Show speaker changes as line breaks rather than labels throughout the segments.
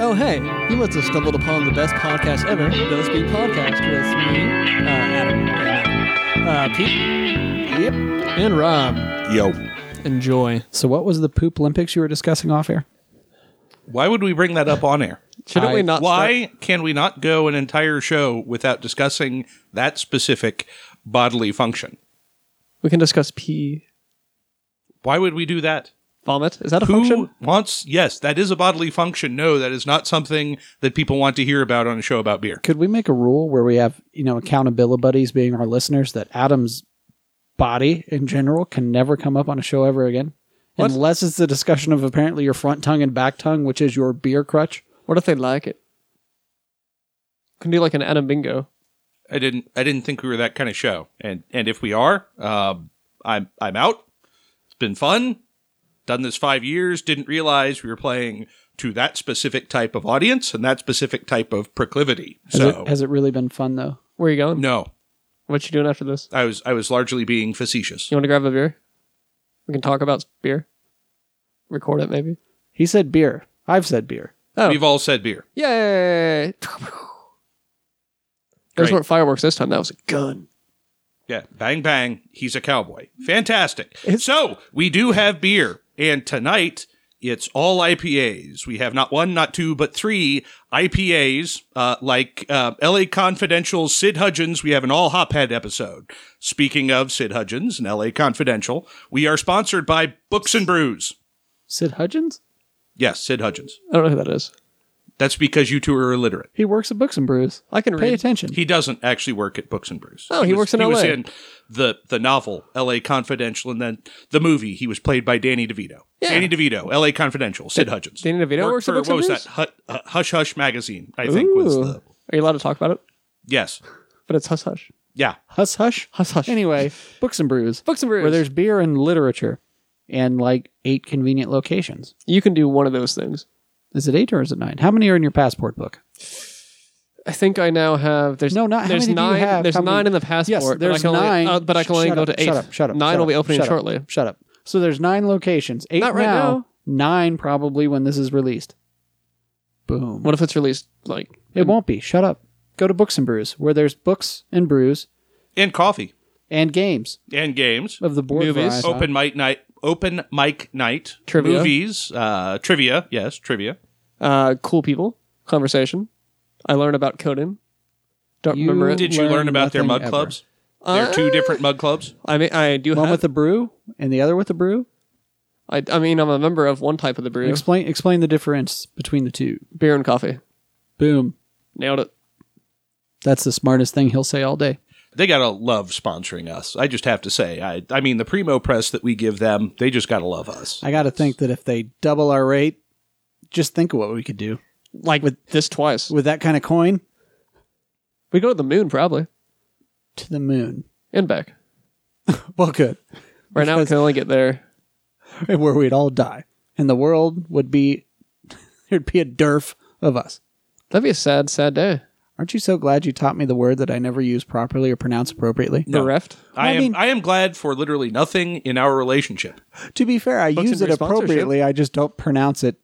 Oh, hey, you must have stumbled upon the best podcast ever, Those Speak Podcast, with me, uh, Adam, and, uh, Pete,
Yep.
and Rob.
Yo.
Enjoy.
So, what was the poop Olympics you were discussing off air?
Why would we bring that up on air?
Shouldn't we not
Why can we not go an entire show without discussing that specific bodily function?
We can discuss pee
Why would we do that?
vomit. Is that a
Who
function?
wants? Yes, that is a bodily function. No, that is not something that people want to hear about on a show about beer.
Could we make a rule where we have, you know, accountability buddies being our listeners that Adam's body in general can never come up on a show ever again?
What?
Unless it's the discussion of apparently your front tongue and back tongue, which is your beer crutch.
What if they like it? Can do like an Adam Bingo.
I didn't. I didn't think we were that kind of show. And and if we are, um, I'm I'm out. It's been fun. Done this five years. Didn't realize we were playing to that specific type of audience and that specific type of proclivity.
Has,
so
Oh.
it, has it really been fun though?
Where are you going?
no,
What you doing after this?
I was I was largely being facetious.
You want to grab a beer? We can talk about beer. Record it maybe.
He said beer. I've said beer.
Oh,
We've all said beer.
yay! Those
Great.
weren't fireworks this time. That was a gun.
Yeah, bang bang. He's a cowboy. Fantastic. so we do have beer, and tonight it's all IPAs. We have not one, not two, but three IPAs. Uh, like uh, L.A. Confidential, Sid Hudgens. We have an all hophead episode. Speaking of Sid Hudgens and L.A. Confidential, we are sponsored by Books and Brews.
Sid Hudgens?
Yes, Sid Hudgens.
I don't know who that is.
That's because you two are illiterate.
He works at Books and Brews.
I can
Pay
read.
attention.
He doesn't actually work at Books and Brews.
Oh, he works in
he Was
LA.
in the the novel L.A. Confidential, and then the movie. He was played by Danny DeVito.
Yeah.
Danny DeVito, L.A. Confidential, Sid Hudgens.
Danny DeVito
Worked
works at
for,
Books
what
and
was
Brews?
that? Hut, uh, Hush Hush magazine, I think was
Ooh.
the
Are you allowed to talk about it?
yes,
But it's hush hush.
yeah.
Hush hush.
Hush hush.
Anyway, Books and Brews.
Books and brews.
Where there's beer and literature and like eight convenient locations.
you can do one of those things.
Is it eight or is it nine? How many are in your passport book?
I think I now have there's
No, not- how
there's
many do you
nine
have?
there's
How many-
nine in the passport.
Yes,
but I
there's
can only-
nine.
uh, but I can only
Shut
go
up,
to eight.
Shut up, shut up.
Nine
shut
will be
up,
opening
shut up,
shortly.
shut up. So there's nine locations. Eight
Not right now.
Nine probably when this is released. Boom.
What if it's released like
It won't be. Shut up. Go to Books and Brews, where there's books and brews
And coffee
and games
and games,
of the board
Movies.
variety.
open mic night, open mic night,
Trivia.
movies, uh, trivia. Yes, trivia.
uh, cool people conversation? I learned about coding. Don't
You
remember it.
Did you
Learn
learn about their
nothing
mug
ever.
clubs? There are
Uh,
two different mug clubs.
I mean, I do
One
have.
with a brew and the other with a brew.
I, I mean, I'm a member of one type of the brew,
Explain explain the difference between the two.
beer and coffee.
Boom.
Nailed it.
That's the smartest thing he'll say all day.
they gotta love sponsoring us. I just have to say, I I mean the primo press that we give them, they just gotta love us.
I got to think that if they double our rate, just think of what we could do
Like with this twice,
with that kind of coin
we go to the moon probably
to the moon.
and back.
Well, good.
Right now, we can only get there.
Where we'd all die, and the world would be there'd be a dearth of us.
That'd be a sad, sad day.
Aren't you so glad you taught me the word that I never use properly or pronounce appropriately?
Bereft.
I,
I
am
mean-
I am glad for literally nothing in our relationship,
To be fair, I use
and
it
Brew sponsorship.
appropriately. I just don't pronounce it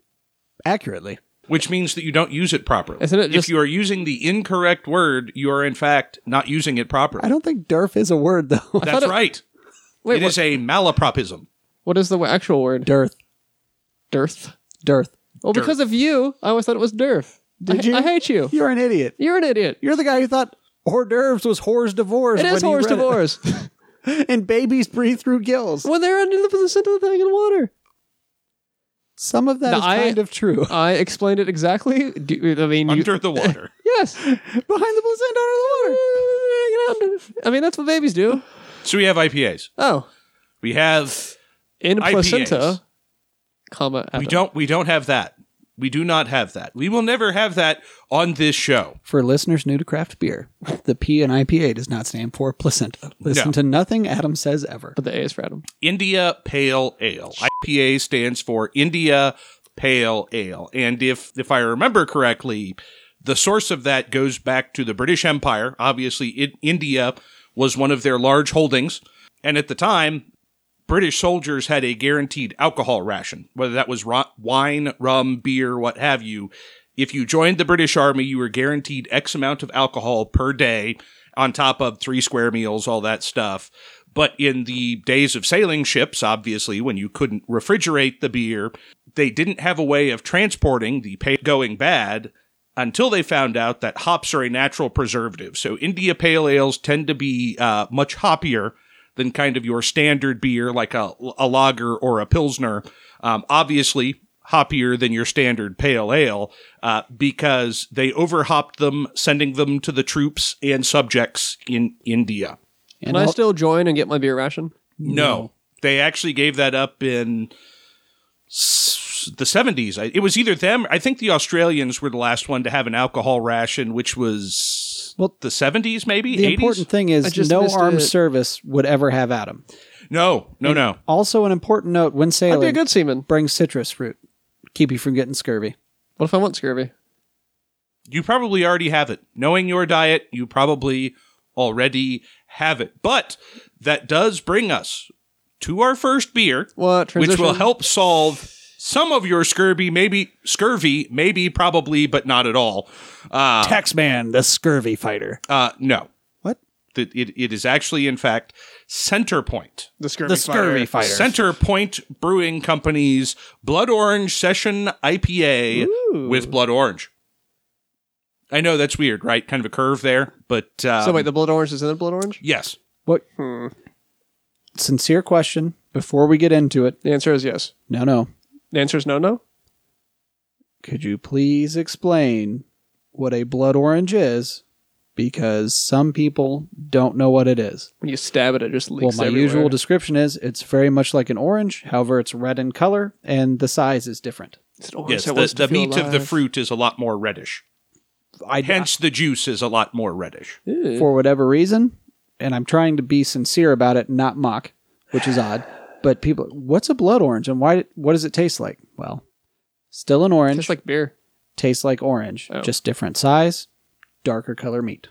accurately.
which means that you don't use it properly.
Isn't it just-
if you are using the incorrect word, you are in fact not using it properly.
I don't think "derf" is a word though.
thought
That's
it-
right.
Wait,
it
what-
is a malapropism.
what is the wa- actual word?
Dearth,
Dearth.
dearth.
Well, because of you, I always thought it was Derf.
Did
I,
you?
I hate you.
You're an idiot.
You're an idiot.
You're the guy who thought hors d'oeuvres was whores divorce.
It is
when you
horse
read
divorce
and babies breathe through gills.
when they're under the percent of the thing in water.
Some of that
No,
is
I-
kind of true.
I explained it exactly. Do, I mean, you-
Under the water.
yes, hanging
Behind the placenta under the water.
out under- I mean, that's what babies do.
So we have IPAs.
Oh,
We have
in
IPAs.
placenta, comma.
we
Adam.
don't we don't have that. We do not have that. We will never have that on this show.
For listeners new to craft beer, the P in IPA does not stand for placenta. Listen
No.
to nothing Adam says ever.
But the A is for Adam.
India Pale Ale. IPA stands for India Pale Ale. And if if I remember correctly, the source of that goes back to the British Empire. Obviously, in India was one of their large holdings, and at the time British soldiers had a guaranteed alcohol ration, whether that was ro- wine, rum, beer, what have you. If you joined the British Army, you were guaranteed X amount of alcohol per day, on top of three square meals, all that stuff. But in the days of sailing ships, obviously, when you couldn't refrigerate the beer, they didn't have a way of transporting the pay going bad until they found out that hops are a natural preservative. So India pale ales tend to be uh, much hoppier than kind of your standard beer, like a, a lager or a pilsner. Um, obviously, hoppier than your standard pale ale uh, because they overhopped them, sending them to the troops and subjects in India.
Can I still join and get my beer ration?
No,
Mm.
they actually gave that up in s- the 70s. I- It was either them, I think the Australians were the last one to have an alcohol ration, which was
Well,
the 70s, maybe?
The
80s?
important thing
I
is
just
no
missed
armed
it.
service would ever have Adam.
no,
Mm.
no, no.
Also, an important note when
I'd be a
sailing,
good seaman.
bring citrus fruit. Keep you from getting scurvy.
What if I want scurvy?
you probably already have it. Knowing your diet, you probably already have it. But that does bring us to our first beer,
What
which will
transition?
help solve some of your scurvy, maybe scurvy, maybe probably, but not at all. Uh,
Taxman, the scurvy fighter.
uh, no,
What?
That it, it is actually, in fact, Center Point.
The scurvy.
The scurvy fighter.
Center Point Brewing Company's Blood Orange Session IPA with Blood Orange. I know that's weird, right? Kind of a curve there, but um,
So wait, the blood orange is in the blood orange.
Yes.
What?
Hmm.
Sincere question before we get into it.
The answer is yes.
No, no.
The answer is no, no.
Could you please explain what a blood orange is? Because some people don't know what it is.
When you stab it, it just
Well,
leaks.
my
everywhere.
usual description is it's very much like an orange. However, it's red in color and the size is different.
It's an orange
Yes.
that
The,
wants to
the
feel
meat of the
alive.
fruit is a lot more reddish.
I,
Hence, the juice is a lot more reddish.
Ew.
for whatever reason, and I'm trying to be sincere about it, not mock, which is odd. But people, what's a blood orange and why? What does it taste like? Well, still an
It
orange,
tastes like beer.
tastes like orange,
Oh.
just different size, darker color meat.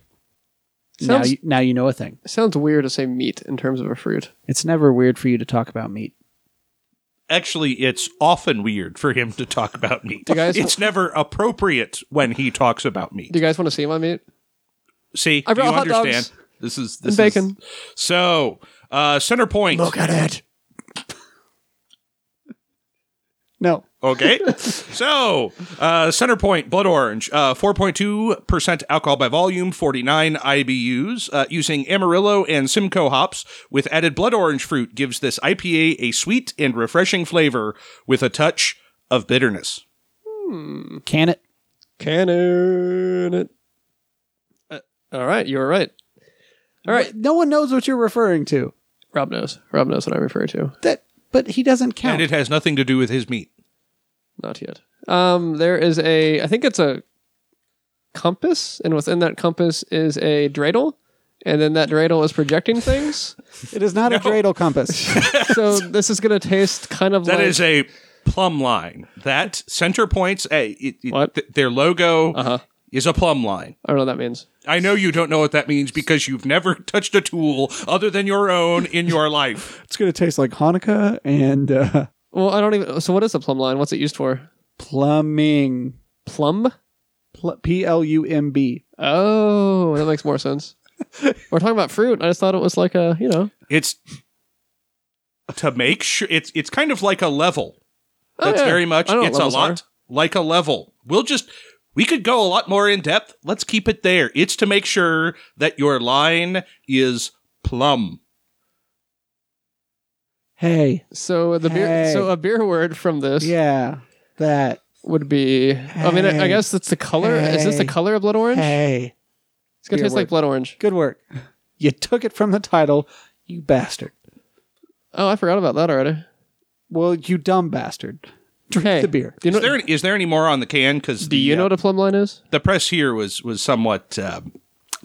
now,
Sounds-
you, now you know a thing.
It sounds weird to say meat in terms of a fruit.
It's never weird for you to talk about meat.
Actually, it's often weird for him to talk about meat.
Do you guys-
it's never appropriate when he talks about meat.
Do you guys want to see my meat?
See,
I
do you
brought hot dogs
understand? This is this
and
is-
bacon.
so, uh, center point.
at it.
No,
Okay. so, uh, center point, blood orange, uh, 4.2% alcohol by volume, 49 IBUs. Uh, using Amarillo and Simcoe hops with added blood orange fruit gives this IPA a sweet and refreshing flavor with a touch of bitterness.
can it?
Cannon it. Uh, all right, you were right. All right,
No one knows what you're referring to.
Rob knows. Rob knows what I refer to.
That, but he doesn't
Oh.
count.
And it has nothing to do with his meat.
Not yet. Um, there is a. I think it's a compass, and within that compass is a dreidel, and then that dreidel is projecting things.
it is not a dreidel compass.
so this is gonna taste kind of
That
like
is a plumb line. That center points, a it, it-
What?
th- their logo
Uh-huh.
is a plumb line.
I don't know what that means.
I know you don't know what that means because you've never touched a tool other than your own in your life.
it's going to taste like Hanukkah and uh,
Well, I don't even. So what is the plumb line? What's it used for?
plumbing.
Plum?
Pl- P L U M B.
Oh, that makes more sense. We're talking about fruit. I just thought it was like a you know.
It's to make sure it's it's kind of like a level.
Oh,
That's
yeah.
very much
I know what
it's a
levels
lot
are.
like a level. We'll just we could go a lot more in depth. Let's keep it there. It's to make sure that your line is plumb.
Hey,
So the beer.
Hey.
So a beer word from this.
yeah, that.
would be. I mean, I, I
Hey.
guess that's the color. Is this the
Hey.
color of blood orange?
Hey,
It's gonna
Beer
taste like
word.
blood orange.
good work. You took it from the title, you bastard.
Oh, I forgot about that already.
Well, you dumb bastard. Drink
Hey,
the beer.
Do you know,
Is there is there any more on the can? Because
do
the
you know
uh,
what a plumb line is?
the press here was was somewhat um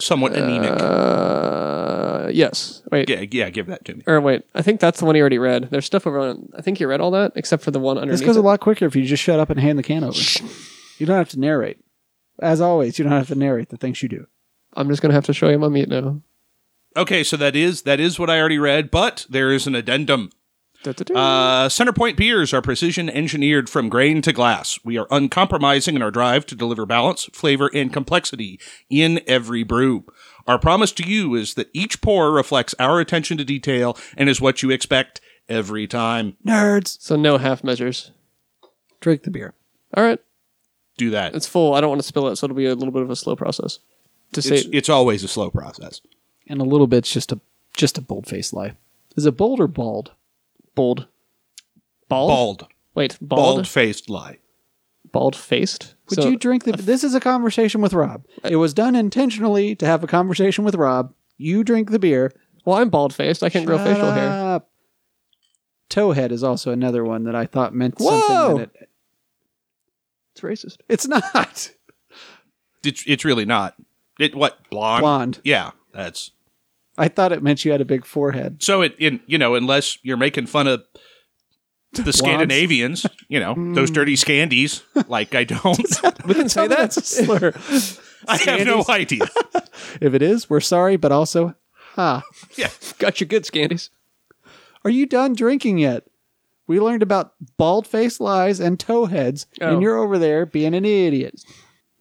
somewhat anemic.
Uh, yes. Wait.
yeah, yeah, give that to me.
Or wait. I think that's the one you already read. There's stuff over on. I think you read all that except for the one underneath.
This goes a
it.
lot quicker if you just shut up and hand the can over. You don't have to narrate. As always, you don't have to narrate the things you do.
I'm just gonna have to show you my meat now.
Okay, so that is that is what I already read, but there is an addendum. Uh, Centerpoint beers are precision engineered from grain to glass. We are uncompromising in our drive to deliver balance, flavor, and complexity in every brew. Our promise to you is that each pour reflects our attention to detail and is what you expect every time.
Nerds.
So no half measures.
Drink the beer.
All right,
Do that. It's,
it's full. I don't want to spill it, so it'll be a little bit of a slow process. To say,
it's, always a slow process.
And a little bit's just a just a bold faced lie. Is it bold or bald?
bold, bald,
Bald.
Wait, bald,
Bald faced lie.
bald faced.
Would you drink the? This is a conversation with Rob. It was done intentionally to have a conversation with Rob. You drink the beer.
well, I'm bald faced. I can't grow facial hair.
Up. Toehead is also another one that I thought meant
Whoa!
something. That it,
It's racist.
it's not
It's, it's really not. It what blonde?
blonde.
Yeah, that's
I thought it meant you had a big forehead.
so. It in you know unless you're making fun of the Scandinavians, you know those dirty Scandies. Like I don't.
We can say
Tell me
that.
that's a slur.
I have no idea.
if it is, we're sorry, but also, ha.
Got your good scandies.
Are you done drinking yet? We learned about bald faced lies and towheads,
Oh.
and you're over there being an idiot.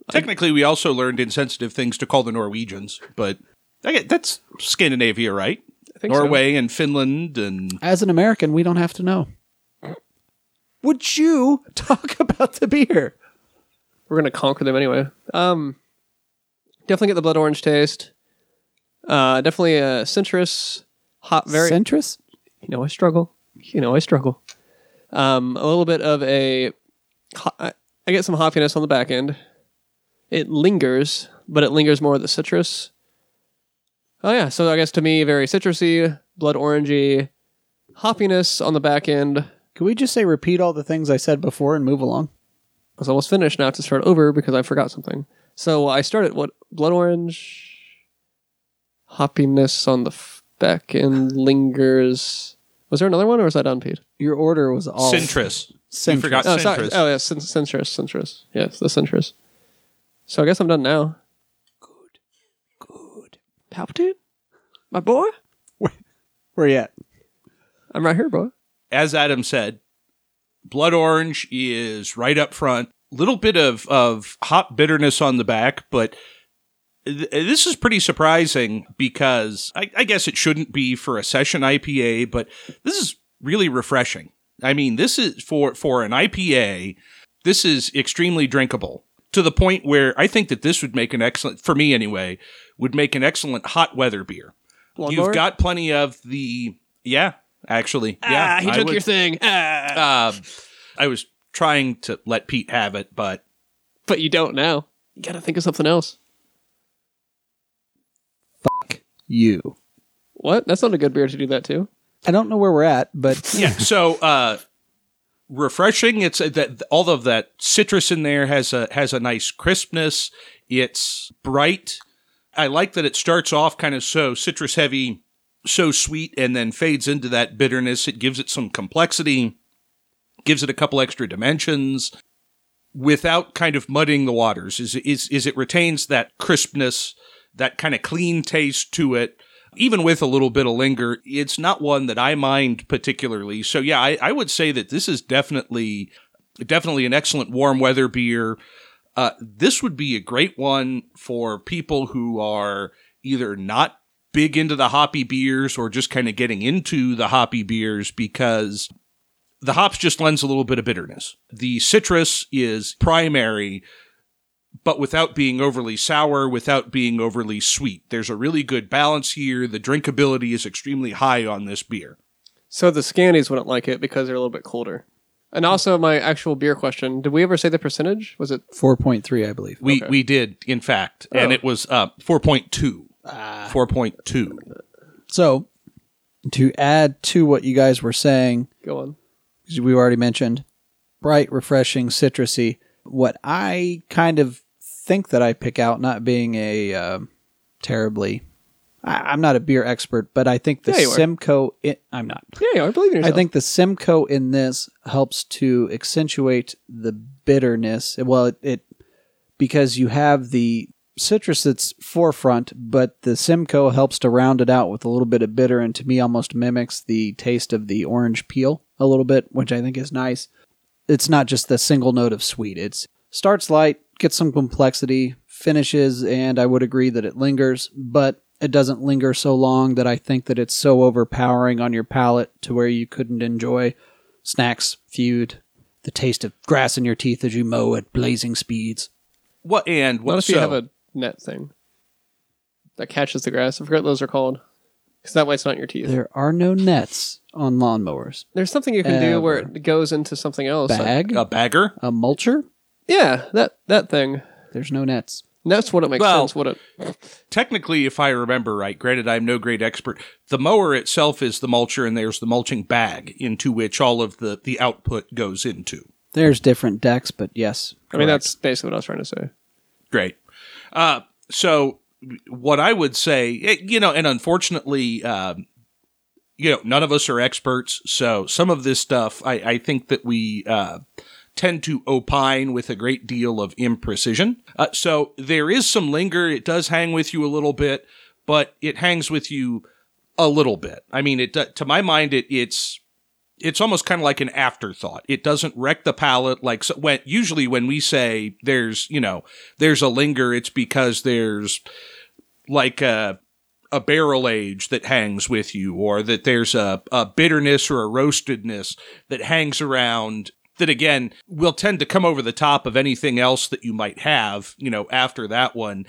Technically, we also learned insensitive things to call the Norwegians, but I get, that's Scandinavia, right?
think so.
Norway and Finland, and
As an American, we don't have to know. Would you talk about the beer?
We're gonna conquer them anyway. Um, definitely get the blood orange taste. Uh, definitely a centrus, hot, very.
Centrist?
you know, I struggle. You know, I struggle. Um, a little bit of a, ho- I I get some hoppiness on the back end. It lingers, but it lingers more with the citrus. Oh yeah, so I guess to me, very citrusy, blood orangey, hoppiness on the back end. I
Can we just say repeat all the things I said before and move along?
was almost finished. Now I have to start over because I forgot something. So I started what blood orange, hoppiness on the f- back end lingers. Was there another one, or was that unpeed?
Your order was all
Centris.
centrist.
You forgot
Oh, sorry.
Centris.
Oh, yeah, cen- centrist, centrist. Yes, the centrist. So I guess I'm done now. Good. Good. Palpatine? My boy?
Where you at?
I'm right here, boy.
As Adam said, blood orange is right up front. Little bit of of hot bitterness on the back, but th- this is pretty surprising because I, I guess it shouldn't be for a session IPA, but this is really refreshing. I mean, this is for for an IPA. This is extremely drinkable to the point where I think that this would make an excellent for me anyway would make an excellent hot weather beer. You've
Lawnmower?
got plenty of the yeah, actually
Ah,
yeah. I would-
thing. Ah.
um, I was trying to let Pete have it, but
But you don't now. You gotta think of something else.
You.
What? That's not a good beer to do that to.
I don't know where we're at, but
yeah. So uh, refreshing. It's uh, that all of that citrus in there has a has a nice crispness. It's bright. I like that it starts off kind of so citrus heavy, so sweet, and then fades into that bitterness. It gives it some complexity, gives it a couple extra dimensions. without kind of muddying the waters is is is it retains that crispness that kind of clean taste to it even with a little bit of linger it's not one that i mind particularly so yeah i, I would say that this is definitely definitely an excellent warm weather beer uh, this would be a great one for people who are either not big into the hoppy beers or just kind of getting into the hoppy beers because the hops just lends a little bit of bitterness. The citrus is primary, but without being overly sour, without being overly sweet. There's a really good balance here. The drinkability is extremely high on this beer.
So the Scandies wouldn't like it because they're a little bit colder. And also, my actual beer question did we ever say the percentage? Was it
4.3, I believe.
We we did, in fact,
Oh.
and it was uh, 4.2.
Ah.
4.2.
So, to add to what you guys were saying,
go on?
as we already mentioned, bright, refreshing, citrusy. What I kind of think that I pick out, not being a um terribly, I, I'm not a beer expert, but I think the
Yeah, you are.
Simcoe, i I'm not.
Yeah, yeah, I believe in yourself.
I think the Simcoe in this helps to accentuate the bitterness. Well, it, it because you have the citrus that's forefront, but the Simcoe helps to round it out with a little bit of bitter and to me almost mimics the taste of the orange peel a little bit, which I think is nice. It's not just the single note of sweet. It's starts light, gets some complexity, finishes, and I would agree that it lingers, but it doesn't linger so long that I think that it's so overpowering on your palate to where you couldn't enjoy snacks, feud, the taste of grass in your teeth as you mow at blazing speeds.
What and what
Not if
so?
you have a net thing that catches the grass. I forget what those are called. Because that way it's not in your teeth.
There are no nets on lawnmowers.
There's something you can do where
Ever.
it goes into something else.
Um, Bag,
a bagger?
a mulcher,
Yeah, that that thing.
there's no nets.
And that's what it makes
Well-
sense. What it
Technically, if I remember right, granted I'm no great expert, the mower itself is the mulcher and there's the mulching bag into which all of the, the output goes into.
There's different decks, but yes.
I mean, that's basically what I was trying to say.
Great. Uh, so what I would say, it- you know, and unfortunately, um, you know, none of us are experts. So some of this stuff, I, I think that we uh, tend to opine with a great deal of imprecision. Uh, so there is some linger. It does hang with you a little bit, but it hangs with you a little bit. I mean, it do- to my mind, it it's it's almost kind of like an afterthought. It doesn't wreck the palate like so when usually when we say there's you know there's a linger, it's because there's like a a barrel age that hangs with you, or that there's a, a bitterness or a roastedness that hangs around. That again will tend to come over the top of anything else that you might have, you know, after that one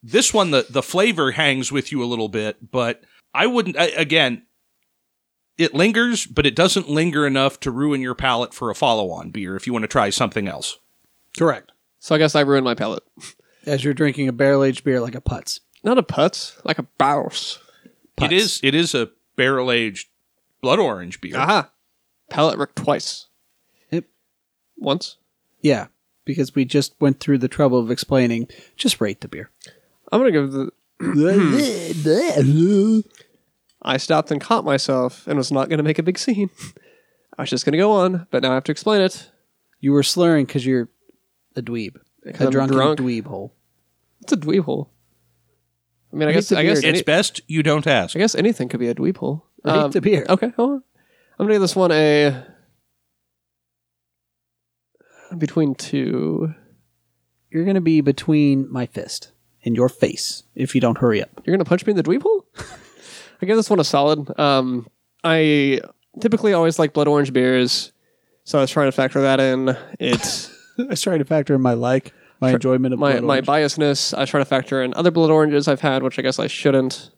this one the the flavor hangs with you a little bit but i wouldn't I, again it lingers but it doesn't linger enough to ruin your palate for a follow-on beer if you want to try something else
Correct.
So I guess I ruined my palate.
As you're drinking a barrel aged beer like a putz.
Not a putz, like a bouse.
Putz.
it is it is a barrel-aged blood orange beer
Aha. Palate wrecked twice.
Yep.
Once.
Yeah, because we just went through the trouble of explaining. Just rate the beer.
I'm gonna give the.
Hmm.
I stopped and caught myself and was not gonna make a big scene. I was just gonna go on, but now I have to explain it.
you were slurring because you're a dweeb.
I'm
A drunken
drunk.
dweeb hole.
It's a dweeb hole. I mean, I
Hate
guess
the
I guess
beard.
any-
it's best you don't ask
I guess anything could be a dweeb hole.
Rate the beer.
Okay, hold on. I'm gonna give this one a between two.
You're going to be between my fist and your face if you don't hurry up.
You're gonna punch me in the dweeb hole? I give this one a solid. Um, I typically always like blood orange beers, so I was trying to factor that in. It's
I was trying to factor in my like, my enjoyment of
my
blood
my
orange.
biasness. I try to factor in other blood oranges I've had, which I guess I shouldn't.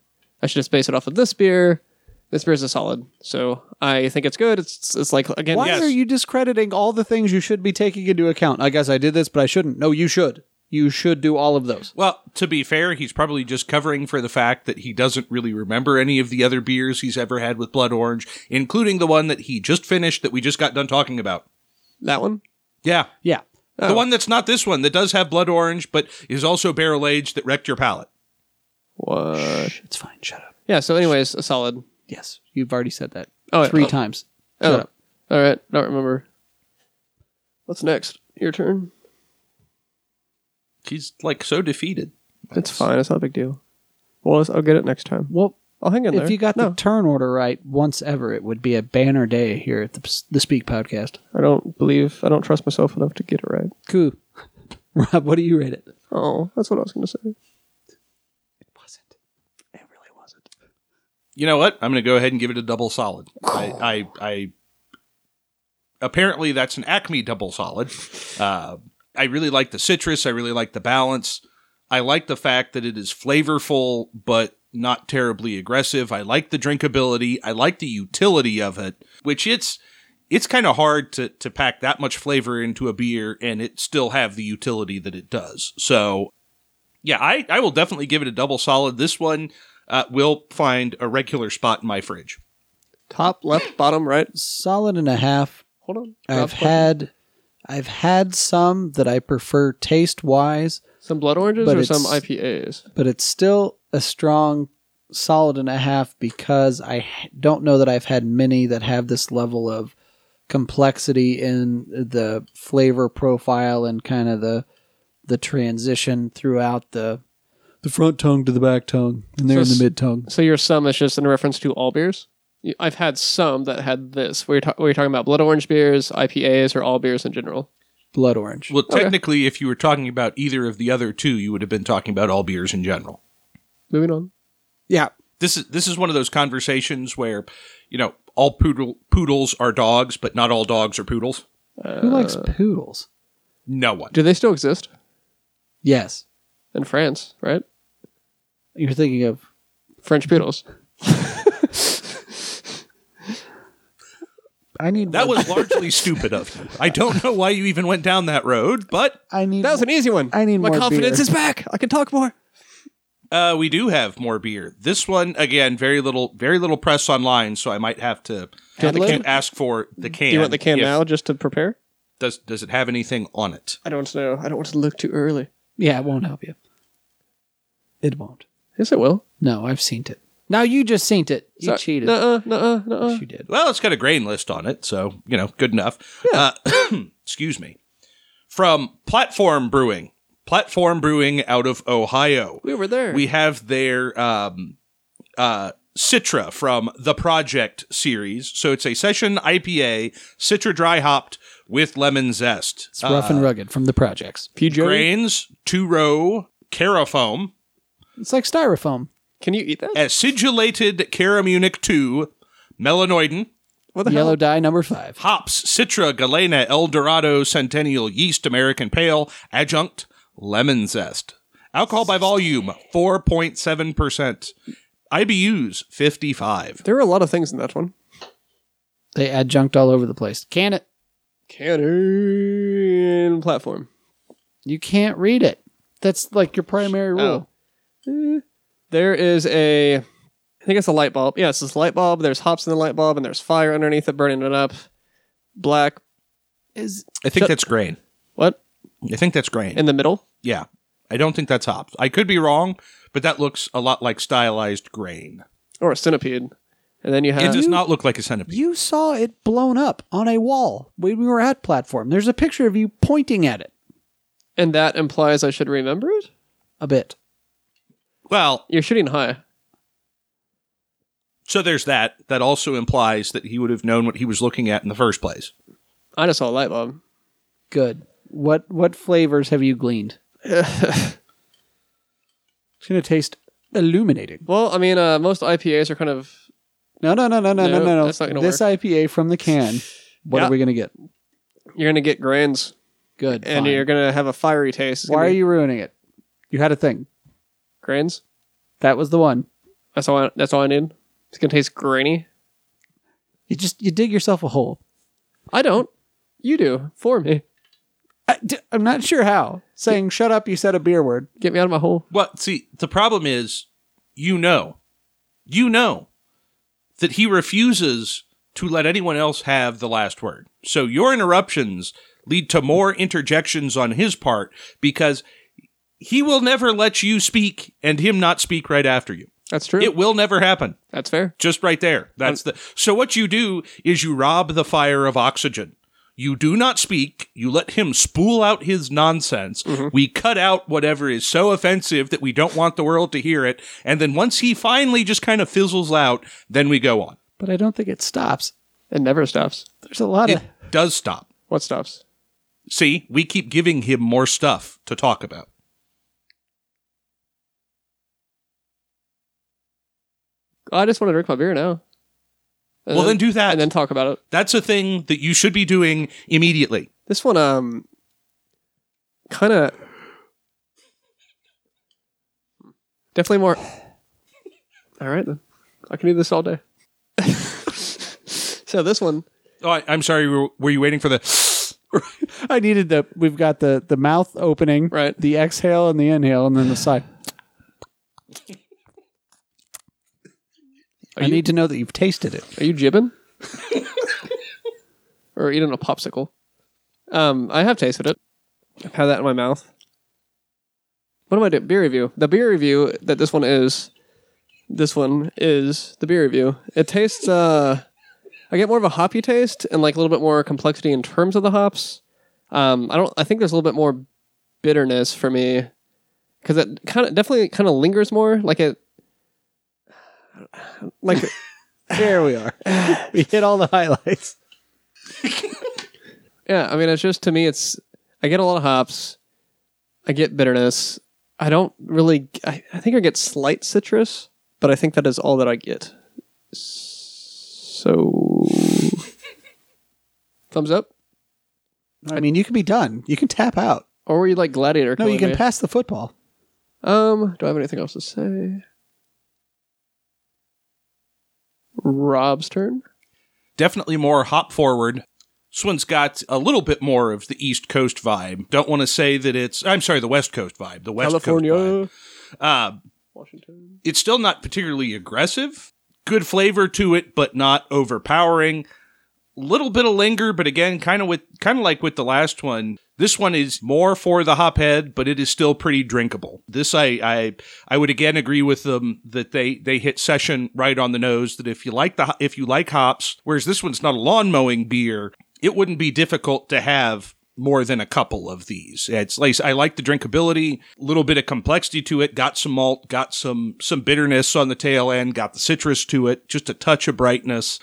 I should just base it off of this beer. This beer is a solid, so I think it's good. It's it's like again,
Why
Yes.
are you discrediting all the things you should be taking into account? I guess I did this, but I shouldn't. No, you should. You should do all of those.
well to be fair he's probably just covering for the fact that he doesn't really remember any of the other beers he's ever had with blood orange including the one that he just finished that we just got done talking about
that one.
yeah
Yeah.
The one that's not this one that does have blood orange, but is also barrel aged that wrecked your palate.
What?
Shh, it's fine. Shut up.
Yeah. So, anyways, a solid.
Yes. You've already said that
Oh,
three
wait, oh.
times.
Oh,
Shut up.
all right. Don't remember. What's next? Your turn.
He's like so defeated.
It's fine. It's not a big deal. Well, I'll get it next time.
Well,
I'll hang in there.
if you got
no,
the turn order right once ever, it would be a banner day here at the, the Speak Podcast.
I don't believe I don't trust myself enough to get it right.
Cool. Rob, what do you rate it? It
Oh, that's what I was going to say.
wasn't. It really wasn't.
You know what? I'm going to go ahead and give it a double solid. I, I, I apparently that's an Acme double solid. Uh, I really like the citrus. I really like the balance. I like the fact that it is flavorful, but not terribly aggressive. I like the drinkability. I like the utility of it, which it's it's kind of hard to to pack that much flavor into a beer and it still have the utility that it does. So yeah, I, I will definitely give it a double solid. This one uh, will find a regular spot in my fridge.
Top left, bottom right.
Solid and a half.
Hold on.
I've
Rob's question.
had, I've had some that I prefer taste wise,
some blood oranges
but
or
it's-
some IPAs.
but it's still a strong solid and a half because I h- don't know that I've had many that have this level of complexity in the flavor profile and kind of the the transition throughout the the front tongue to the back tongue, and there
So
in the
s-
mid tongue.
So your sum is just in reference to all beers. You- I've had some that had this. We're, ta- we're talking about blood orange beers, IPAs, or all beers in general.
Blood orange.
Well, technically, if you were talking about either of the other two, you would have been talking about all beers in general.
Moving on.
Yeah,
This is this is one of those conversations where, you know, all poodle, poodles are dogs, but not all dogs are poodles.
who likes poodles?
No one.
Uh, Do they still exist
Yes,
in France? Right,
you're thinking of
French poodles.
I need
That
one-
was largely stupid of you. I don't know why you even went down that road, but
I need
That was an easy one.
I need
my
more
confidence
beer.
is back. I can talk more.
Uh, we do have more beer. This one again, very little, very little press online, so I might have to
you want the can?
ask for the can.
Do you want the can
if-
now just to prepare?
Does Does it have anything on it?
I don't know. I don't want to look too early.
yeah, it won't help you. It won't.
Yes, it will.
No, I've seen it. Now you just seen it. You
Sorry.
cheated.
Nuh-uh, nuh-uh, nuh-uh.
Yes, you did.
Well, it's got a grain list on it, so you know, good enough. Uh, excuse me. From Platform Brewing, Platform Brewing out of Ohio.
We were there.
We have their um, uh, Citra from the Project series. So it's a session IPA, Citra dry hopped with lemon zest.
Uh,
Uh,
It's rough and rugged from the projects.
Peugeot.
grains, two row carafoam,
It's like styrofoam.
Can you eat that?
acidulated caramunic 2, melanoidin,
What the
Yellow
hell?
dye number five.
hops, citra, galena, el dorado, centennial, yeast, American pale, adjunct, lemon zest. Alcohol by volume 4.7%. IBUs 55.
There were a lot of things in that one.
They adjunct all over the place. Can it?
Cannon platform.
You can't read it. That's like your
Oh.
primary rule.
Eh. There is a, I think it's a light bulb. Yeah, it's this light bulb. There's hops in the light bulb, and there's fire underneath it burning it up. Black.
Is
I think that's grain.
What
I think that's grain.
in the middle?
yeah. I don't think that's hops. I could be wrong, but that looks a lot like stylized grain.
Or a centipede. And then you
It
have
does not look like a centipede.
you saw it blown up on a wall when we were at platform. There's a picture of you pointing at it
and that implies I should remember it.
a bit.
Well,
You're shooting high.
So there's that. That also implies that he would have known what he was looking at in the first place.
I just saw a light bulb.
Good. What what flavors have you gleaned? it's gonna taste illuminating.
Well, I mean, uh, most IPAs are kind of
No, no, no, no, no, no,
No,
no,
that's not
no.
gonna
This IPA from the can. What
Yeah.
are we gonna get?
you're gonna get grains
Good.
and
fine.
you're gonna have a fiery taste. It's
Why
gonna
are
be
you ruining it? You had a thing.
grains?
That was the one.
That's all. I, that's all I need. It's gonna taste grainy.
You just you dig yourself a hole.
I don't. You do for me.
I, d- I'm not sure how. Saying shut up, you said a beer word.
Get me out of my hole.
Well, see, the problem is, you know, you know that he refuses to let anyone else have the last word. So your interruptions lead to more interjections on his part because he will never let you speak and him not speak right after you.
That's true.
It will never happen.
that's fair.
Just right
Um,
there. That's the So what you do is you rob the fire of oxygen. You do not speak. You let him spool out his nonsense.
Mm-hmm.
We cut out whatever is so offensive that we don't want the world to hear it. And then once he finally just kind of fizzles out, then we go on.
But I don't think it stops.
It never stops.
There's a lot
It
of
does stop.
What stops?
See, we keep giving him more stuff to talk about.
I just want to drink my beer now. And
Well, then do that.
and then talk about it.
That's a thing that you should be doing immediately.
This one, um, kind of definitely more. All right then, I can do this all day. so this one,
Oh, I, I'm sorry. Were, were you waiting for the?
I needed the we've got the the mouth opening,
Right.
The exhale and the inhale, and then the sigh. I
you-
need to know that you've tasted it.
are you jibbing? or eating a popsicle? Um, I have tasted it. I've had that in my mouth. What am I doing? Beer review. The beer review that this one is, this one is the beer review. It tastes. uh I get more of a hoppy taste and like a little bit more complexity in terms of the hops. Um, I don't. I think there's a little bit more bitterness for me because it kind of definitely kind of lingers more. Like it, like
There we are. we hit all the highlights.
yeah. I mean, it's just to me, it's I get a lot of hops, I get bitterness. I don't really. I, I think I get slight citrus, but I think that is all that I get. So, thumbs up.
I mean, you can be done. You can tap out.
Or were you like gladiator?
No,
killing
you can
me?
pass the football.
Um, do I have anything else to say? Rob's turn.
definitely more hop forward. This one's got a little bit more of the East Coast vibe. Don't want to say that it's. I'm sorry, the West Coast vibe. The West Coast vibe. Uh,
California, Washington.
It's still not particularly aggressive. Good flavor to it, but not overpowering. Little bit of linger, but again, kind of with kind of like with the last one. This one is more for the hop head, but it is still pretty drinkable. This I I, I would again agree with them that they they hit session right on the nose. That if you like the ho- if you like hops, whereas this one's not a lawn mowing beer, it wouldn't be difficult to have more than a couple of these. It's like I like the drinkability, a little bit of complexity to it, got some malt, got some some bitterness on the tail end, got the citrus to it, just a touch of brightness.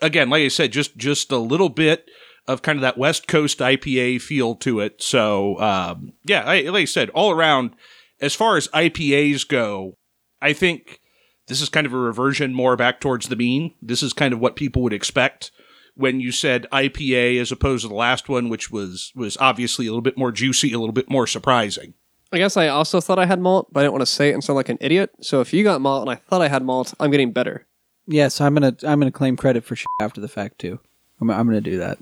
Again, like I said, just just a little bit of kind of that West Coast IPA feel to it. So um, yeah, I, like I said, all around as far as IPAs go, I think this is kind of a reversion more back towards the mean. This is kind of what people would expect when you said IPA as opposed to the last one, which was was obviously a little bit more juicy, a little bit more surprising.
I guess I also thought I had malt, but I didn't want to say it and sound like an idiot. So if you got malt and I thought I had malt, I'm getting better.
Yes, I'm gonna I'm gonna claim credit for shit after the fact too. I'm, I'm gonna do that.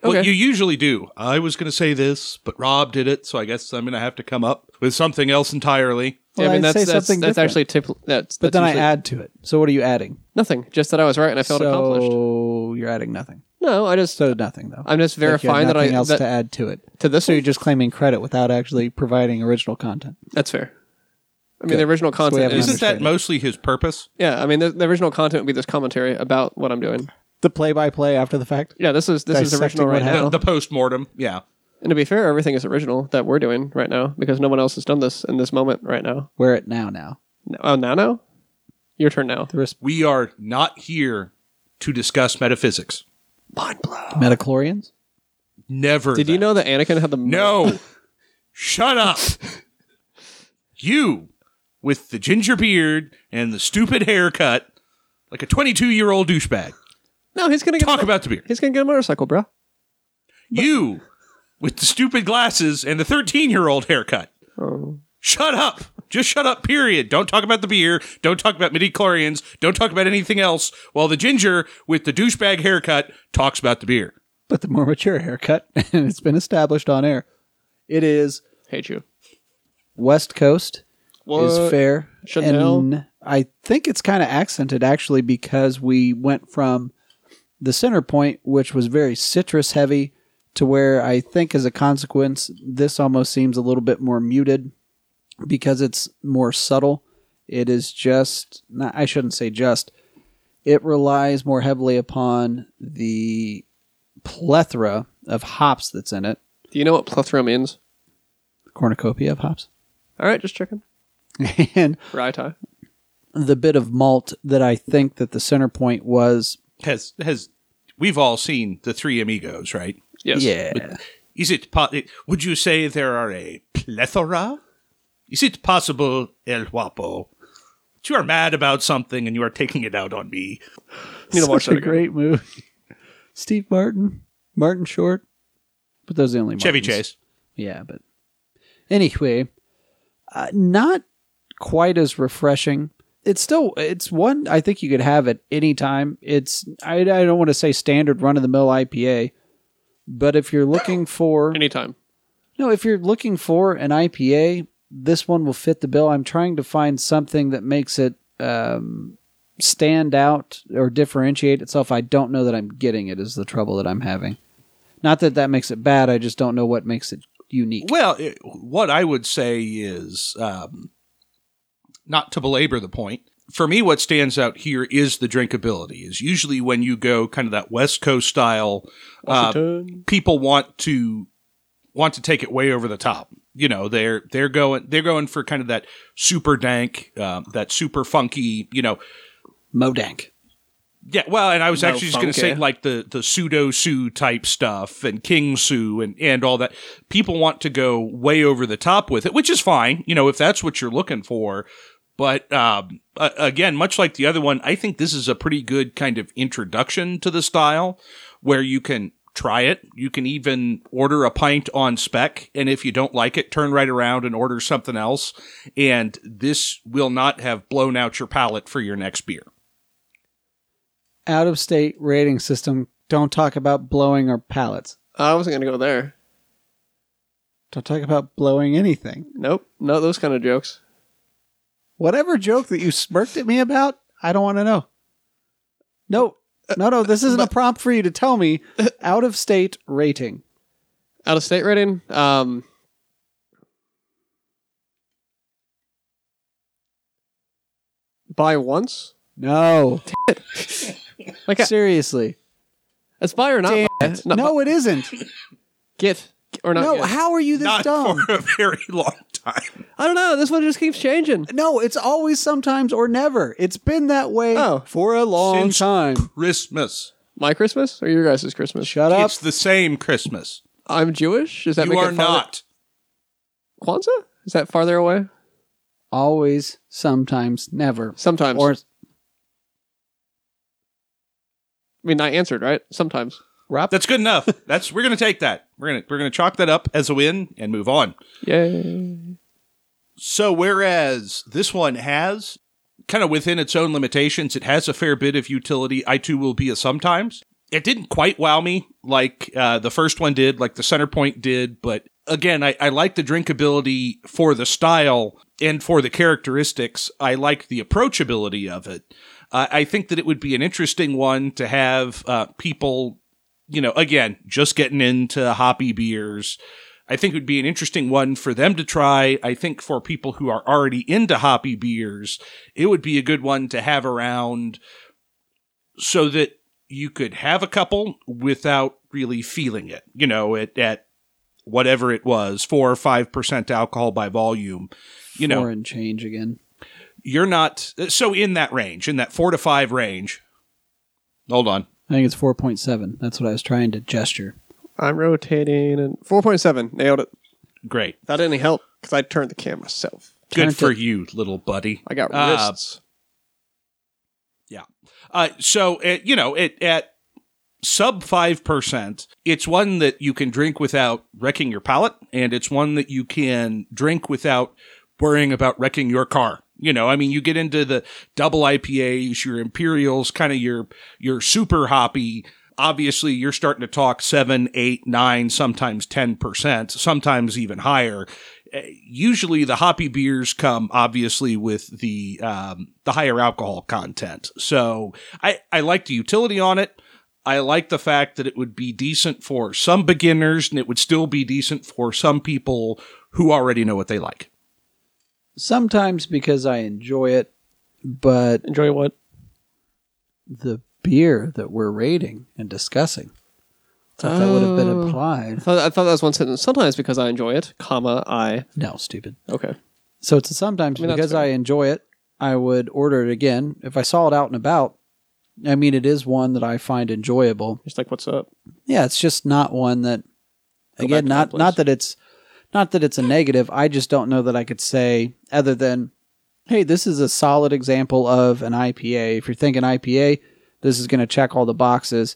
What
Okay.
you usually do. I was going to say this, but Rob did it, so I guess I'm going to have to come up with something else entirely.
Well,
I mean,
I'd
that's
say
that's,
something
that's
different.
actually tip, that's that's
But then I
usually-
add to it. So what are you adding?
nothing. Just that I was right and I felt accomplished.
so you're adding nothing.
No, I just
So nothing though.
I'm just
Like you had
verifying that I
nothing else
that,
to add to it.
to this.
So you're
one.
just claiming credit without actually providing original content.
That's fair. I mean,
Good.
the original
we
content
have an
is
Isn't that
Understatement.
mostly his purpose?
yeah. I mean, the, the original content would be this commentary about what I'm doing.
The play-by-play after the fact.
Yeah, this is this is
Dissecting
original
what
right now.
happened.
The, the post mortem. Yeah.
And to be fair, everything is original that we're doing right now because no one else has done this in this moment right now.
Wear it now. Now
No- Oh, now, now? Your turn now.
the res-
We are not here to discuss metaphysics.
Mind blow.
Metachlorians.
Never.
Did you
that.
know that Anakin had the
No. Shut up. You with the ginger beard and the stupid haircut, like a 22 year old douchebag.
No, he's gonna get
Talk
a,
about the beard.
he's gonna get a motorcycle, bro.
You with the stupid glasses and the 13 year old haircut.
Oh.
Shut up. Just shut up, period. Don't talk about the beer. Don't talk about midi-chlorians. Don't talk about anything else. While the ginger with the douchebag haircut talks about the beer.
but the more mature haircut, and it's been established on air. It is
Hate you.
West Coast is
What?
fair,
Chanel?
and I think it's kind of accented actually because we went from the center point, which was very citrus heavy, to where I think as a consequence, this almost seems a little bit more muted because it's more subtle. It is just, not, I shouldn't say just, it relies more heavily upon the plethora of hops that's in it,
Do you know what plethora means?
cornucopia of hops,
All right, just checking.
and
Rye tie.
the bit of malt that I think that the center point was.
Has has we've all seen the three amigos, right?
Yes.
Yeah.
Is it, po- would you say there are a plethora? Is it possible, El Guapo, that you are mad about something and you are taking it out on me?
Need to watch that
Such a
again.
great movie. Steve Martin, Martin Short, but those are the only
Chevy
Martins.
Chase.
Yeah, but anyway, uh, not quite as refreshing. It's still it's one I think you could have at any time. It's I, I don't want to say standard run of the mill IPA, but if you're looking for
Anytime.
No, if you're looking for an IPA, this one will fit the bill. I'm trying to find something that makes it um, stand out or differentiate itself. I don't know that I'm getting it, is the trouble that I'm having. Not that that makes it bad, I just don't know what makes it unique.
Well, it, what I would say is um, not to belabor the point. For me, what stands out here is the drinkability. Is usually when you go kind of that West Coast style, uh,
Washington.
people want to want to take it way over the top. you know they're they're going they're going for kind of that super dank, um, that super funky, you know,
Modank.
yeah. Well, and I was
No
actually just going to
funky.
say like the the pseudo Sue type stuff and King Sue and and all that. People want to go way over the top with it, which is fine, you know, if that's what you're looking for. But um, a- again, much like the other one, I think this is a pretty good kind of introduction to the style where you can try it. You can even order a pint on spec. And if you don't like it, turn right around and order something else. And this will not have blown out your palate for your next beer.
Out of state rating system. Don't talk about blowing or pallets.
Uh, I wasn't gonna go there.
Don't talk about blowing anything.
Nope, no those kind of jokes.
Whatever joke that you smirked at me about, I don't want to know. No, no, no. This isn't a prompt for you to tell me out of state rating.
Out of state rating. Um, buy once.
No,
Like I-
seriously.
it's buy or not.
Damn
buy.
it.
Not buy-
No, it isn't.
get or not.
No,
get.
how are you this
Not
dumb?
for a very long time.
I don't know. This one just keeps changing.
No, it's always sometimes or never. It's been that way
Oh.
for a long
Since-
time.
Christmas.
My Christmas or your guys' Christmas?
Shut up.
It's the same Christmas.
I'm Jewish. Does that
you
make
are
it farther-
not.
Kwanzaa? Is that farther away?
Always, sometimes, never.
Sometimes.
Or
I mean, I answered right. Sometimes.
Rob,
That's good enough. That's we're gonna take that. We're gonna we're gonna chalk that up as a win and move on.
Yay.
So whereas this one has kind of within its own limitations, it has a fair bit of utility. I too will be a sometimes. It didn't quite wow me like uh, the first one did, like the center point did, but again, I, I like the drinkability for the style and for the characteristics. I like the approachability of it. Uh, I think that it would be an interesting one to have uh, people you know, again, just getting into hoppy beers. I think it would be an interesting one for them to try. I think for people who are already into hoppy beers, it would be a good one to have around so that you could have a couple without really feeling it, you know, at, at whatever it was, four or 5% alcohol by volume. You know,
foreign change again.
you're not, so in that range, in that four to five range. Hold on.
I think it's 4.7. That's what I was trying to gesture.
I'm rotating and 4.7. Nailed it.
Great.
That didn't help because I turned the camera myself.
Good
Turn
for
to-
you, little buddy.
I got
Uh,
wrists.
Yeah. Uh, so, it, you know, it, at sub 5%, it's one that you can drink without wrecking your palate, and it's one that you can drink without worrying about wrecking your car. You know, I mean, you get into the double IPAs, your Imperials, kind of your, your super hoppy. Obviously, you're starting to talk seven, eight, nine, sometimes 10%, sometimes even higher Eh, usually the hoppy beers come obviously with the um, the higher alcohol content. So I I like the utility on it. I like the fact that it would be decent for some beginners and it would still be decent for some people who already know what they like.
Sometimes because I enjoy it, but
Enjoy what?
the beer that we're rating and discussing. I thought that would have been
I
applied.
thought, I thought that was one sentence. Sometimes because I enjoy it, comma, I.
No, stupid.
Okay.
So it's a sometimes
I mean, that's
because
fair.
I enjoy it, I would order it again if I saw it out and about. I mean, it is one that I find enjoyable.
Just like, what's up?
Yeah, it's just not one that,
Go back
again,
to that
not
place.
not that it's not that it's a negative. I just don't know that I could say other than, hey, this is a solid example of an IPA. If you're thinking IPA, this is going to check all the boxes.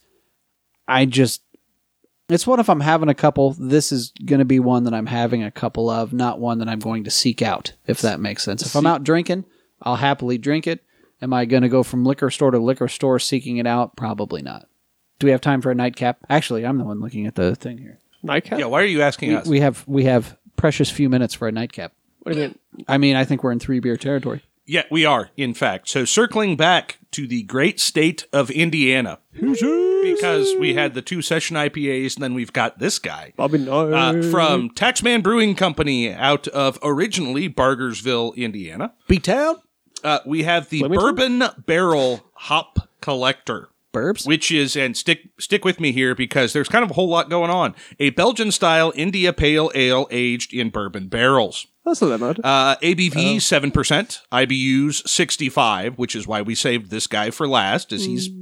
I just it's one if I'm having a couple. This is going to be one that I'm having a couple of, not one that I'm going to seek out, if that makes sense. If I'm out drinking, I'll happily drink it. Am I going to go from liquor store to liquor store seeking it out? Probably not. Do we have time for a nightcap? Actually, I'm the one looking at the thing here.
Nightcap?
Yeah, why are you asking
We,
us?
we have we have precious few minutes for a nightcap.
What do you mean?
I mean, I think we're in three beer territory.
yeah, we are, in fact. So circling back to the great state of Indiana. Because we had the two session IPAs and then we've got this guy.
Bobby no.
uh, from Taxman Brewing Company out of originally Bargersville, Indiana.
B Town.
Uh, we have the
Flemington?
Bourbon Barrel Hop Collector.
Burbs?
which is and stick stick with me here because there's kind of a whole lot going on. A Belgian style India Pale Ale aged in bourbon barrels.
That's not that bad.
Uh, ABV seven percent, IBUs sixty five, which is why we saved this guy for last, as he's a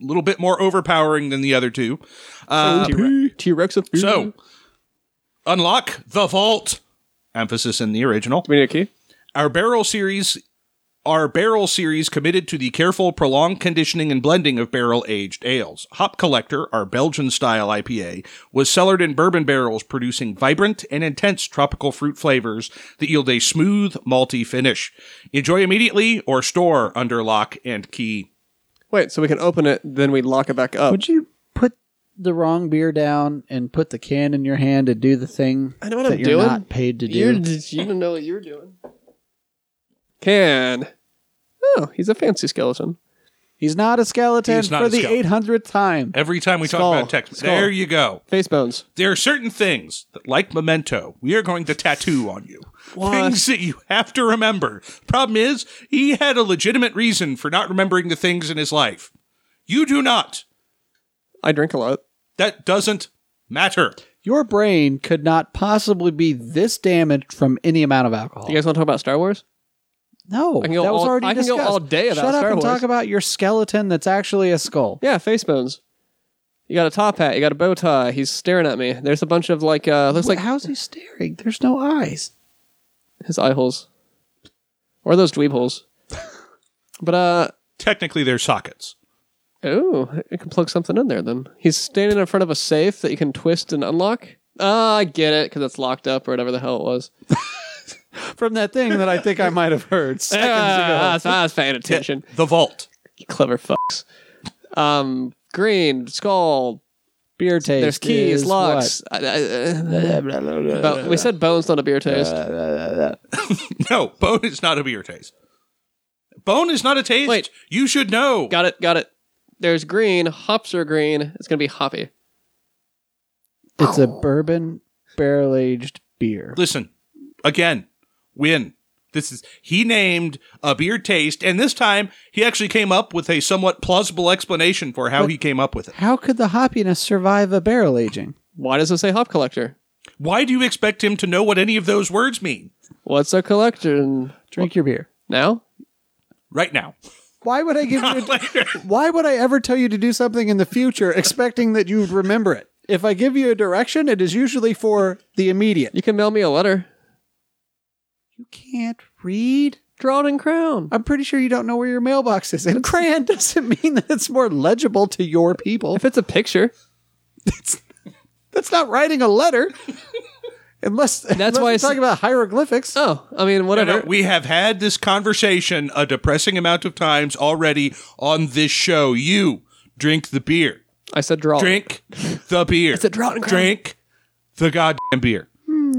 little bit more overpowering than the other two. Uh,
T Rex of
so, unlock the vault. Emphasis in the original.
we need a key.
Our barrel series our barrel series committed to the careful, prolonged conditioning and blending of barrel aged ales. Hop Collector, our Belgian style IPA, was cellared in bourbon barrels, producing vibrant and intense tropical fruit flavors that yield a smooth, malty finish. Enjoy immediately or store under lock and key.
Wait, so we can open it, then we lock it back up.
Would you put the wrong beer down and put the can in your hand to do the thing
I know what
that
I'm
you're
doing.
not paid to do?
You're just- you don't know what you're doing. Can. Oh, he's a fancy skeleton.
He's not a skeleton
He's not
for
a
the
skeleton.
eight hundredth time.
Every time we
Skull.
talk about text,
Skull.
there you go.
Face bones.
There are certain things that, like memento, we are going to tattoo on you.
What?
Things that you have to remember. Problem is, he had a legitimate reason for not remembering the things in his life. You do not.
I drink a lot.
That doesn't matter.
Your brain could not possibly be this damaged from any amount of alcohol.
You guys want to talk about Star Wars?
No,
can go
that was
all-
already
I can go
discussed.
all day about
Shut up
Star
and
Wars.
talk about your skeleton that's actually a skull.
Yeah, face bones. You got a top hat. You got a bow tie. He's staring at me. There's a bunch of like, uh, looks
Like,
like
how's he staring? There's no eyes.
his eye holes, or those dweeb holes. But uh,
Technically, they're sockets.
oh, you can plug something in there. Then he's standing in front of a safe that you can twist and unlock. Ah, I get it because it's locked up or whatever the hell it was.
From that thing that I think I might have heard seconds
Ah, I
ago.
was- I was paying attention.
The vault.
You clever fucks. Um, green skull.
Beer taste.
There's keys,
is
locks. I- I- uh, but we said bones, not a beer taste.
No, bone is not a beer taste. Bone is not a taste.
Wait.
You should know.
Got it. Got it. There's green. Hops are green. It's gonna be hoppy.
what? It's a bourbon barrel aged beer.
Listen, again, win. This is he named a beer taste, and this time he actually came up with a somewhat plausible explanation for how he came up with it.
How could the hoppiness survive a barrel aging?
Why does it say hop collector?
Why do you expect him to know what any of those words mean
What's a collector
Drink your beer.
now?
right now?
Why would I give you? why would I ever tell you to do something in the future, expecting that you'd remember it? If I give you a direction, it is usually for the immediate.
You can mail me a letter.
You can't read.
Drawn and crown.
I'm pretty sure you don't know where your mailbox is. And crayon doesn't mean that it's more legible to your people.
If it's a picture,
That's not writing a letter. Unless that's
why
why
I
I'm
s-
talking about hieroglyphics.
oh, I mean,
No, no,
whatever.
we have had this conversation a depressing amount of times already on this show. You drink the beer.
I said draw.
Drink the beer.
It's a drought and Hmm. crown.
Drink the goddamn beer.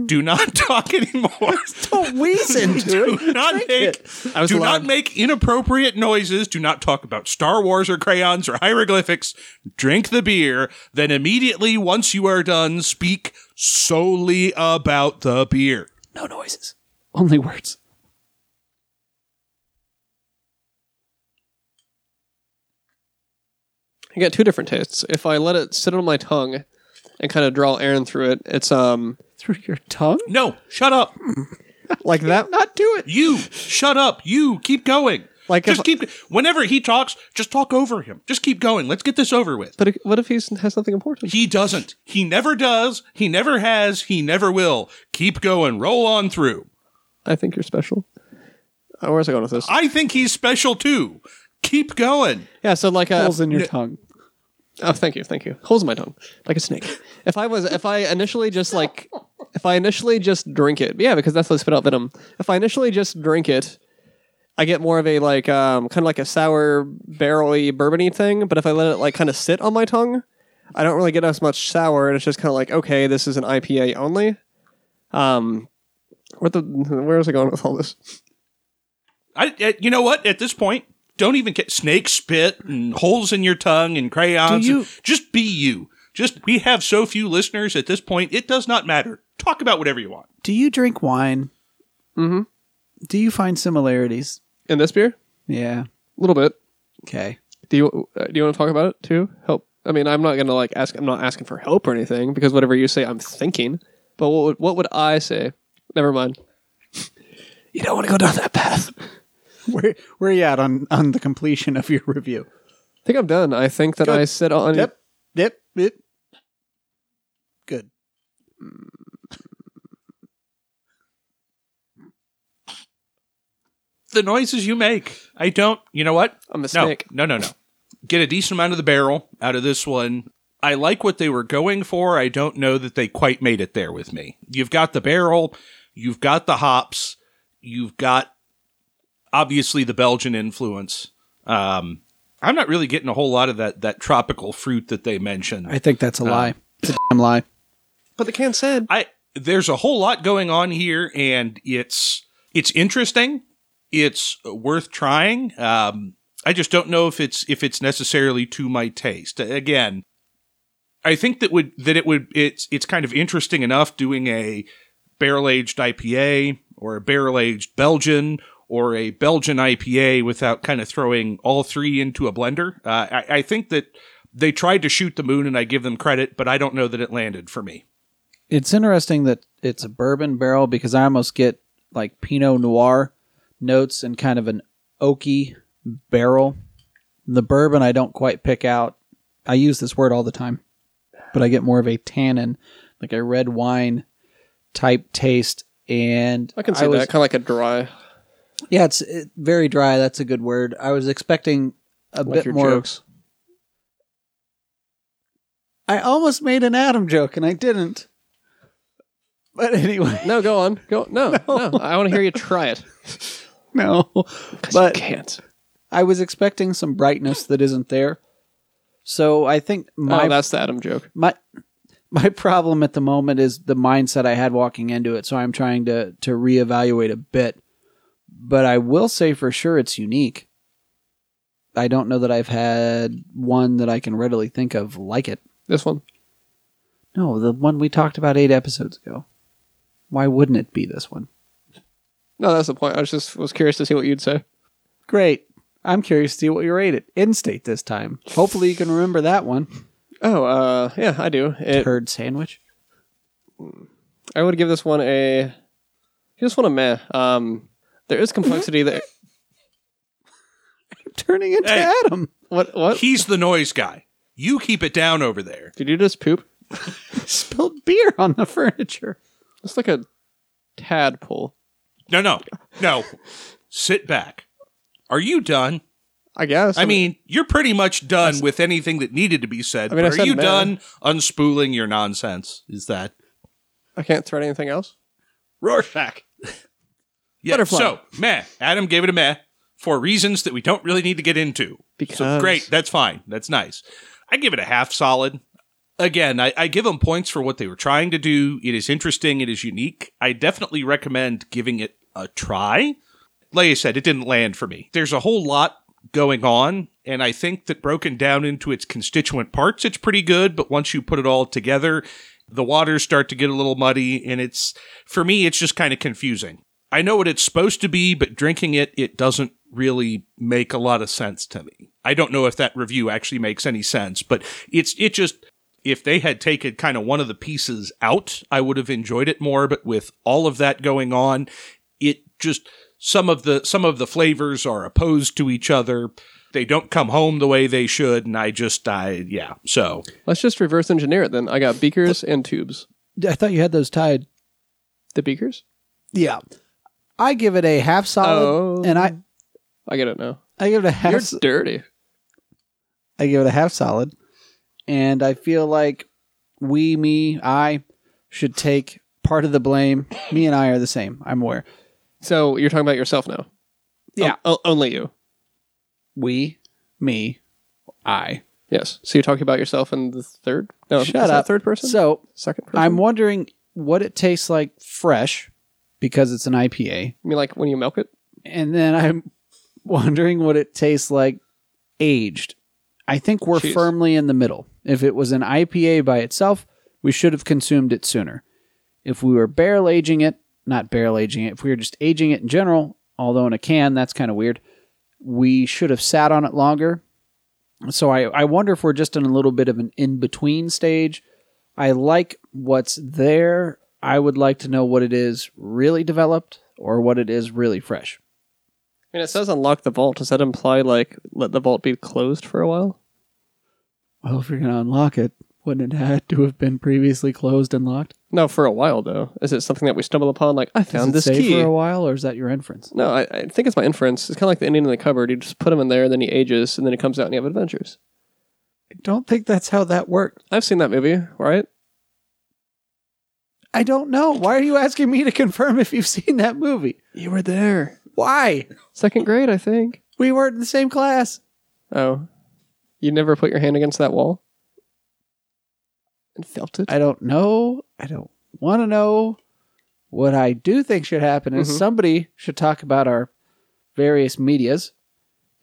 Do not talk anymore.
Don't wheeze into it.
Do not
Drink
make
it.
I was
do
allowed-
not make inappropriate noises. Do not talk about Star Wars or crayons or hieroglyphics. Drink the beer. Then immediately, once you are done, speak solely about the beer.
No noises. Only words.
I got two different tastes. If I let it sit on my tongue and kind of draw Aaron through it, it's um
Through your tongue?
No, shut up.
like that.
Not do it.
You shut up. You keep going.
Like
just
if-
keep. Whenever he talks, just talk over him. Just keep going. Let's get this over with.
But if- what if he has something important?
He doesn't. He never does. He never has. He never will. Keep going. Roll on through.
I think you're special. Uh, where's I going with this?
I think he's special too. Keep going.
Yeah, so like uh, a
Holes in your tongue.
Oh, thank you, thank you. Holes in my tongue, like a snake. If I was, if I initially just like, if I initially just drink it, yeah, because that's what spit out venom. If I initially just drink it, I get more of a like, um, kind of like a sour barrel-y bourbony thing. But if I let it like kind of sit on my tongue, I don't really get as much sour, and it's just kind of like, okay, this is an IPA only. Um, what the? Where was I going with all this?
I, I- you know what? At this point, don't even get snake spit and holes in your tongue and crayons.
Do you-
Just be you. Just we have so few listeners at this point. It does not matter. Talk about whatever you want.
Do you drink wine?
Mhm.
Do you find similarities?
In this beer,
Yeah.
a little bit.
Okay.
Do you uh, do you want to talk about it too? Help. I mean, I'm not gonna like ask. I'm not asking for help or anything because whatever you say, I'm thinking. But what would, what would I say? Never mind. you don't want to go down that path. I
Where where are you at on on the completion of your review?
think I'm done. I think that I
Good.
said on.
Yep. Yep. Yep. Good.
The noises you make. I don't. You know what?
A mistake.
No, no, no, no. Get a decent amount of the barrel out of this one. I like what they were going for. I don't know that they quite made it there with me. You've got the barrel, you've got the hops, you've got obviously the Belgian influence. Um, I'm not really getting a whole lot of that that tropical fruit that they mentioned.
I think that's a lie. It's a damn lie.
But the can said.
I there's a whole lot going on here, and it's it's interesting. It's worth trying. Um, I just don't know if it's if it's necessarily to my taste. Again, I think that would that it would it's it's kind of interesting enough doing a barrel aged IPA or a barrel aged Belgian or a Belgian IPA without kind of throwing all three into a blender. Uh, I, I think that they tried to shoot the moon, and I give them credit, but I don't know that it landed for me.
It's interesting that it's a bourbon barrel because I almost get like Pinot Noir notes and kind of an oaky barrel. The bourbon I don't quite pick out. I use this word all the time, but I get more of a tannin, like a red wine type taste. And
I can say
was-
that. Kind of like a dry.
Yeah, it's it, very dry. That's a good word. I was expecting a
Like
bit
your
more.
jokes.
I almost made an Adam joke and I didn't. But anyway,
No, go on. Go. No, no. I want to hear you try it.
no.
'Cause
But-
you can't.
I was expecting some brightness that isn't there. So I think my
oh, that's the Adam joke.
my my problem at the moment is the mindset I had walking into it. So I'm trying to to reevaluate a bit. But I will say for sure it's unique. I don't know that I've had one that I can readily think of like it.
This one.
No, the one we talked about eight episodes ago. Why wouldn't it be this one?
No, that's the point. I was just was curious to see what you'd say.
Great. I'm curious to see what you rate it in state this time. Hopefully you can remember that one.
Oh, uh, yeah, I do. It,
Turd sandwich.
I would give this one a just one a meh. Um, there is complexity there.
Turning into
Hey.
Adam.
What? What?
He's the noise guy. You keep it down over there.
Did you just poop?
Spilled beer on the furniture.
It's like a tadpole.
No, no, no. Sit back. Are you done?
I guess.
I mean, you're pretty much done with anything that needed to be said.
I mean, I
but are
said
you
meh.
done unspooling your nonsense? Is that
I can't thread anything else.
Rorschach? Yeah.
Butterfly.
So meh. Adam gave it a meh for reasons that we don't really need to get into.
Because
So great, that's fine. That's nice. I give it a half solid. Again, I, I give them points for what they were trying to do. It is interesting. It is unique. I definitely recommend giving it a try. Like I said, it didn't land for me. There's a whole lot going on, and I think that broken down into its constituent parts, it's pretty good. But once you put it all together, the waters start to get a little muddy, and it's for me, it's just kind of confusing. I know what it's supposed to be, but drinking it, it doesn't really make a lot of sense to me. I don't know if that review actually makes any sense, but it's it just if they had taken kind of one of the pieces out, I would have enjoyed it more, but with all of that going on, it just some of the some of the flavors are opposed to each other. They don't come home the way they should, and I just I yeah. So
Let's just reverse engineer it then. I got beakers and tubes.
I thought you had those tied.
The beakers.
Yeah. I give it a half solid
Oh.
Uh, and I
I get it now.
I give it a half
You're
s-
dirty.
I give it a half solid. And I feel like we, me, I should take part of the blame. Me and I are the same. I'm aware.
So you're talking about yourself now. Um,
Yeah.
O- o- only you.
We, me, I.
Yes. So you're talking about yourself in the third. No,
Shut
is that
up.
Third person.
So
Second person.
I'm wondering what it tastes like fresh because it's an IPA.
I mean, like when you milk it.
And then I'm wondering what it tastes like aged. I think we're
Jeez.
firmly in the middle. If it was an IPA by itself, we should have consumed it sooner. If we were barrel aging it, not barrel aging it, if we were just aging it in general, although in a can, that's kind of weird, we should have sat on it longer So I, I wonder if we're just in a little bit of an in between stage. I like what's there. I would like to know what it is really developed or what it is really fresh.
I mean, it says unlock the vault. Does that imply like let the vault be closed for a while?
Well, if you're going to unlock it, wouldn't it have to have been previously closed and locked?
No, for a while though. Is it something that we stumble upon? Like I
Does
found
it
this
stay
key.
for a while, or is that your inference?
No, I, I think it's my inference. It's kind of like the Indian in the cupboard. You just put him in there, and then he ages, and then he comes out, and you have adventures.
I don't think that's how that worked.
I've seen that movie, right?
I don't know. Why are you asking me to confirm if you've seen that movie?
You were there.
Why?
Second grade, I think.
We weren't in the same class.
Oh, you never put your hand against that wall and felt it.
I don't know. I don't want to know. What I do think should happen is
Mhm.
somebody should talk about our various medias,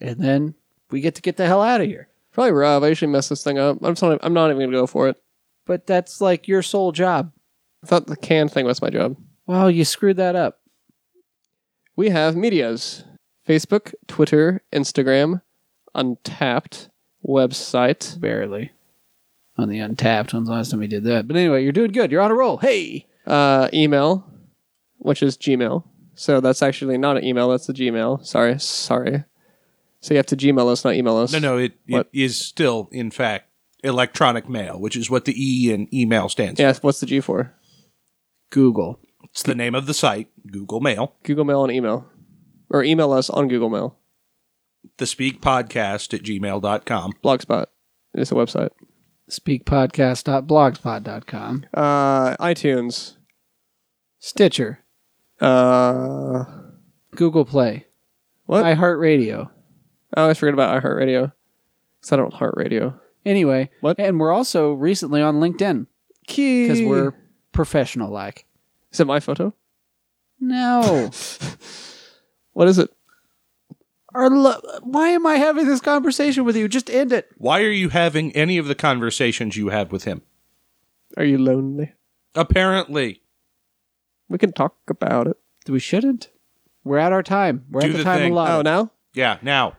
and then we get to get the hell out of here.
Probably Rob. I usually mess this thing up. I'm sorry. I'm not even gonna go for it.
But that's like your sole job.
I thought the can thing was my job.
Well, you screwed that up.
We have medias: Facebook, Twitter, Instagram, Untapped website.
Barely. On the untapped one's the last time we did that. But anyway, you're doing good. You're on a roll. Hey.
uh, email, which is Gmail. So that's actually not an email. That's the Gmail. Sorry, sorry. So you have to Gmail us, not email us.
No, no, it, it
What?
is still, in fact, electronic mail, which is what the E in email stands
Yeah, what's the G for?
Google.
for. It's the name of the site, Google Mail.
Google Mail and email, or email us on Google Mail.
The Speak Podcast at gmail.com.
Blogspot. It's a website.
Speakpodcast.blogspot.com.
Uh, iTunes.
Stitcher.
Uh,
Google Play.
What?
iHeartRadio.
I always forget about iHeartRadio because I don't heart radio.
Anyway.
What?
And we're also recently on LinkedIn
Key.
because we're professional like.
Is it my photo?
No.
What is it?
Our lo- why am I having this conversation with you? Just end it.
Why are you having any of the conversations you have with him?
Are you lonely?
Apparently,
We can talk about it.
We shouldn't. We're at our time. We're
Do
at the,
the
time
thing.
allotted.
Oh, now
yeah. Now,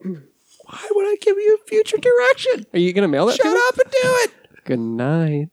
Why would I give you future direction?
are you gonna mail that? to
Shut
me?
up and do it.
Good night.